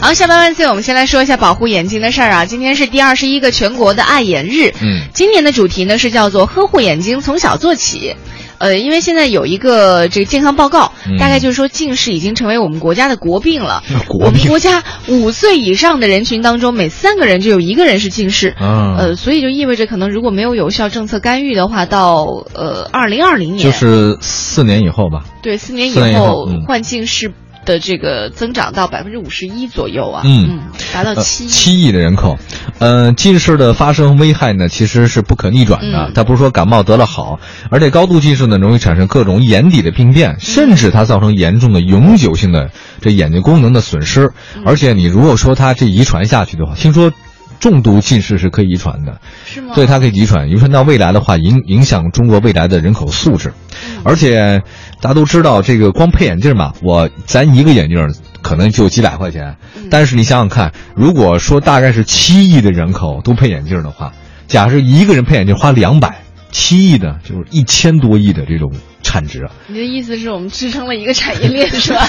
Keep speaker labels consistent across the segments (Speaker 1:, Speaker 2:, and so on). Speaker 1: 好，下班万岁！我们先来说一下保护眼睛的事儿啊。今天是第二十一个全国的爱眼日，
Speaker 2: 嗯
Speaker 1: 今年的主题呢是叫做“呵护眼睛，从小做起”。呃，因为现在有一个这个健康报告，
Speaker 2: 嗯
Speaker 1: 大概就是说近视已经成为我们国家的国病了。
Speaker 2: 国
Speaker 1: 我们
Speaker 2: 病
Speaker 1: 国家五岁以上的人群当中，每三个人就有一个人是近视。
Speaker 2: 啊
Speaker 1: 呃，所以就意味着可能如果没有有效政策干预的话，到呃二零二零年，
Speaker 2: 就是四年以后吧。
Speaker 1: 对四年以
Speaker 2: 四年以
Speaker 1: 后
Speaker 2: 后嗯
Speaker 1: 患近视的这个增长到百分之五十一左右啊，
Speaker 2: 嗯
Speaker 1: 达到
Speaker 2: 呃
Speaker 1: 七亿。
Speaker 2: 七亿的人口，呃，近视的发生危害呢，其实是不可逆转的。
Speaker 1: 嗯
Speaker 2: 它不是说感冒得了好，而且高度近视呢，容易产生各种眼底的病
Speaker 1: 嗯
Speaker 2: 变，甚至它造成严重的永久性的这眼睛功能的损失。
Speaker 1: 嗯
Speaker 2: 而且你如果说它这遗传下去的话，听说重度近视是可以遗传的，
Speaker 1: 是吗？
Speaker 2: 所以它可以遗传，遗传到未来的话，影影响中国未来的人口素质。
Speaker 1: 嗯
Speaker 2: 而且大家都知道，这个光配眼镜嘛，我咱一个眼镜儿可能就几百块钱，
Speaker 1: 嗯
Speaker 2: 但是你想想看，如果说大概是七亿的人口都配眼镜儿的话，假设一个人配眼镜花两百，七亿的就是一千多亿的这种产 值啊，
Speaker 1: 你的意思是我们支撑了一个产业链是 吧？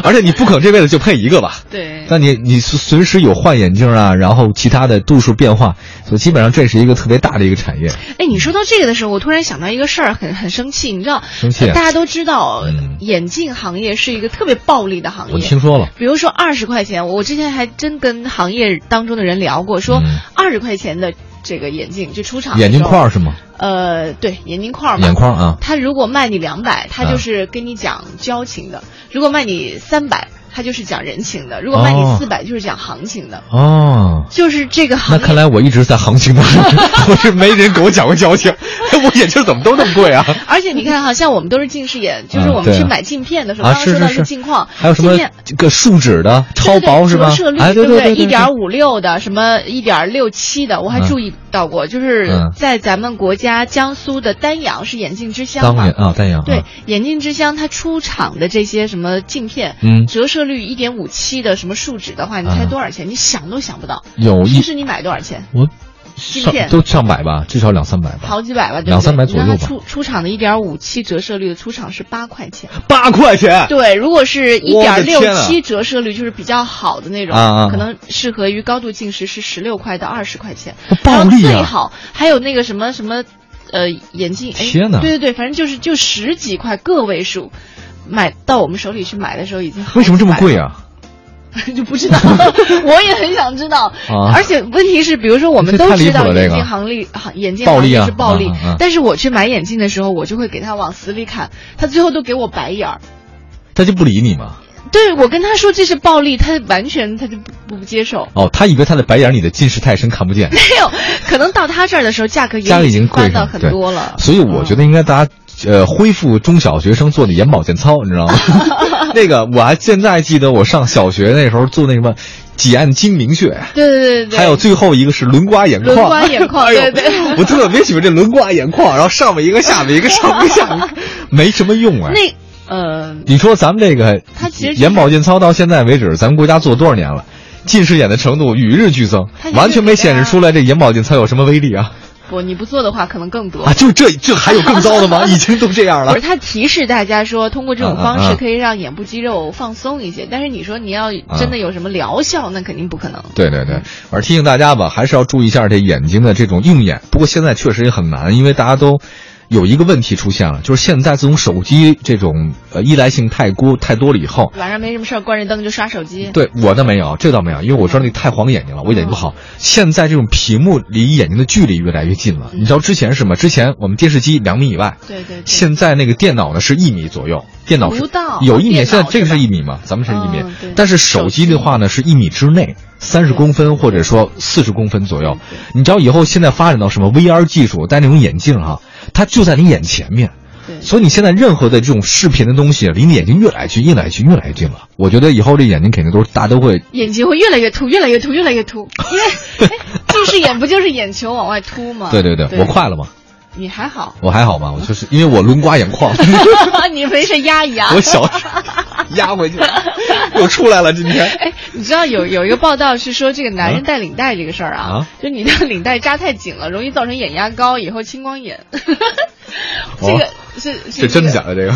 Speaker 2: 而且你不可能这辈子就配一个吧。
Speaker 1: 对，
Speaker 2: 但你你随随时有换眼镜儿啊，然后其他的度数变化，所以基本上这是一个特别大的一个产业。
Speaker 1: 哎，你说到这个的时候，我突然想到一个事儿，很很生气。你知道，
Speaker 2: 生气啊
Speaker 1: 呃大家都知道，
Speaker 2: 嗯
Speaker 1: 眼镜行业是一个特别暴利的行业。
Speaker 2: 我听说了，
Speaker 1: 比如说二十块钱，我我之前还真跟行业当中的人聊过，说
Speaker 2: 嗯
Speaker 1: 二十块钱的这个眼镜就出厂的
Speaker 2: 眼镜
Speaker 1: 时候
Speaker 2: 块儿是吗？
Speaker 1: 呃，对，眼镜块儿嘛，
Speaker 2: 眼框啊，
Speaker 1: 他如果卖你两百，他
Speaker 2: 啊
Speaker 1: 就是跟你讲交情的；如果卖你三百，他就是讲人情的；如果卖你
Speaker 2: 哦
Speaker 1: 四百，就是讲行情的。
Speaker 2: 哦。
Speaker 1: 就是这个行
Speaker 2: 那
Speaker 1: 业
Speaker 2: 看来我一直在行情 当中，我是没人给我讲过交情。哎我眼镜怎么都那么贵啊？
Speaker 1: 而且你看哈，像我们都是近视眼， 就是
Speaker 2: 嗯
Speaker 1: 我们
Speaker 2: 对啊
Speaker 1: 去买镜片的时候，
Speaker 2: 啊，
Speaker 1: 刚刚
Speaker 2: 是
Speaker 1: 说到
Speaker 2: 是
Speaker 1: 一个
Speaker 2: 是，
Speaker 1: 镜框，
Speaker 2: 还有什么
Speaker 1: 镜片
Speaker 2: 这个树脂的超薄是吧
Speaker 1: 对对对折射？率、
Speaker 2: 哎，
Speaker 1: 对
Speaker 2: 对对，
Speaker 1: 一点五六的，什么一点六七的，我还注意到过，就是
Speaker 2: 嗯
Speaker 1: 在咱们国家江苏的丹阳是眼镜之乡
Speaker 2: 当
Speaker 1: 嘛
Speaker 2: 年。啊，丹阳
Speaker 1: 对
Speaker 2: 啊，
Speaker 1: 眼镜之乡它出厂的这些什么镜片，
Speaker 2: 嗯
Speaker 1: 折射率一点五七的什么树脂的话，你猜
Speaker 2: 啊
Speaker 1: 多少钱？你想都想不到。
Speaker 2: 有
Speaker 1: 平
Speaker 2: 一
Speaker 1: 时你买多少钱？
Speaker 2: 我
Speaker 1: 镜
Speaker 2: 上
Speaker 1: 片
Speaker 2: 都上百吧，至少两三百吧，
Speaker 1: 好几百吧，对不对？
Speaker 2: 两三百左右吧
Speaker 1: 你看它出出厂的一点五七折射率的出厂是八块钱。
Speaker 2: 八块钱。
Speaker 1: 对，如果是一
Speaker 2: 啊我
Speaker 1: 点
Speaker 2: 的
Speaker 1: 六
Speaker 2: 天啊
Speaker 1: 七折射率，就是比较好的那种，
Speaker 2: 啊啊
Speaker 1: 可能适合于高度近视，是十六块到二十块钱，
Speaker 2: 暴
Speaker 1: 然后
Speaker 2: 利
Speaker 1: 最
Speaker 2: 啊！
Speaker 1: 好还有那个什么什么，呃，眼镜，哎，
Speaker 2: 天哪
Speaker 1: 对对对，反正就是就十几块个位数，买到我们手里去买的时候已经好
Speaker 2: 为什么这么
Speaker 1: 几百了
Speaker 2: 贵啊？
Speaker 1: 就不知 道，我也很想知道。
Speaker 2: 啊
Speaker 1: 而且问题是，比如说我们
Speaker 2: 这
Speaker 1: 都
Speaker 2: 太
Speaker 1: 知
Speaker 2: 离谱
Speaker 1: 道
Speaker 2: 了
Speaker 1: 眼
Speaker 2: 这
Speaker 1: 镜
Speaker 2: 个
Speaker 1: 行利行眼镜
Speaker 2: 暴
Speaker 1: 行
Speaker 2: 利
Speaker 1: 业
Speaker 2: 啊
Speaker 1: 是暴利
Speaker 2: 啊啊啊，
Speaker 1: 但是我去买眼镜的时候，我就会给他往死里砍，他最后都给我白眼儿。
Speaker 2: 他就不理你嘛？
Speaker 1: 对我跟他说这是暴利，他完全他就不不接受。
Speaker 2: 哦，他以为他的白眼儿你的近视太深看不见。
Speaker 1: 没有，可能到他这儿的时候，价格
Speaker 2: 家里
Speaker 1: 已
Speaker 2: 已经
Speaker 1: 翻
Speaker 2: 贵
Speaker 1: 到
Speaker 2: 上
Speaker 1: 很
Speaker 2: 对
Speaker 1: 多了。嗯
Speaker 2: 所以我觉得应该大家。呃，恢复中小学生做的眼保健操，你知 道吗？那个我还现在记得，我上小学那时候做那什么挤按睛明穴，
Speaker 1: 对对对对，
Speaker 2: 还有最后一个是轮刮眼眶，
Speaker 1: 轮刮眼眶
Speaker 2: 哎呦
Speaker 1: 对对
Speaker 2: 我特别喜欢这轮刮眼眶，然后上面一个，下面一个，上面一个下面一个，没什么用哎。
Speaker 1: 那呃，
Speaker 2: 你说咱们这个
Speaker 1: 它其实就是
Speaker 2: 眼保健操到现在为止，咱们国家做多少年了？近视眼的程度与日俱增
Speaker 1: 它就是，
Speaker 2: 完全没显示出来这眼保健操有什么威力啊！
Speaker 1: 不，你不做的话，可能更多
Speaker 2: 啊，。就这这还有更糟的吗？已经都这样
Speaker 1: 不
Speaker 2: 了
Speaker 1: 是，。他提示大家说，通过这种方
Speaker 2: 啊啊
Speaker 1: 式
Speaker 2: 啊
Speaker 1: 可以让眼部肌肉放松一些。但是你说你要真的有什么疗效，那肯定不可能。
Speaker 2: 对对对，而提醒大家吧，还是要注意一下这眼睛的这种用眼。不过现在确实也很难，因为大家都有一个问题出现了，就是现在自从手机这种呃依赖性太过太多了以后，
Speaker 1: 晚上没什么事儿，关着灯就刷手机。
Speaker 2: 对我倒没有，这倒没有，因为我知道那个太晃眼睛了，我眼睛不好。现在这种屏幕离眼睛的距离越来越近了，你知道之前是什么？之前我们电视机两米以外，
Speaker 1: 对对对
Speaker 2: 现在那个电脑呢是一米左右，电脑是
Speaker 1: 不到
Speaker 2: 有一米，
Speaker 1: 电脑
Speaker 2: 现在这个
Speaker 1: 是吧
Speaker 2: 是一米嘛？咱们是一米，
Speaker 1: 嗯对
Speaker 2: 但是手机的话呢是一米之内，三十公分或者说四十公分左右。你知道以后现在发展到什么 VR 技术，戴那种眼镜哈、它就在你眼前面。
Speaker 1: 对
Speaker 2: 所以你现在任何的这种视频的东西，离你眼睛越来越近，越来越近，越来越近了。我觉得以后这眼睛肯定都是大家都会
Speaker 1: 眼睛会越来越凸，越来越凸，越来越 凸。因为哎近视眼不就是眼球往外凸吗？
Speaker 2: 对对对，我快了嘛，
Speaker 1: 你还 好，
Speaker 2: 我还好嘛，我就是因为我轮刮眼眶，
Speaker 1: 你没事压一压。
Speaker 2: 我小时候 压回去了，又出来了今天。
Speaker 1: 哎，你知道有有一个报道是说这个男人戴领带这个事儿啊，
Speaker 2: 啊
Speaker 1: 就你的 领带扎太紧了，容易造成 眼压高，以后青光眼。这个、是是
Speaker 2: 哦这真的假的？这个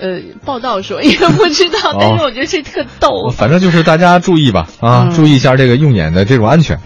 Speaker 1: 呃报道说，也不知道，但是我觉得这特逗。
Speaker 2: 反正就是大家注意吧，啊，
Speaker 1: 嗯
Speaker 2: 注意一下这个用眼的这种安全。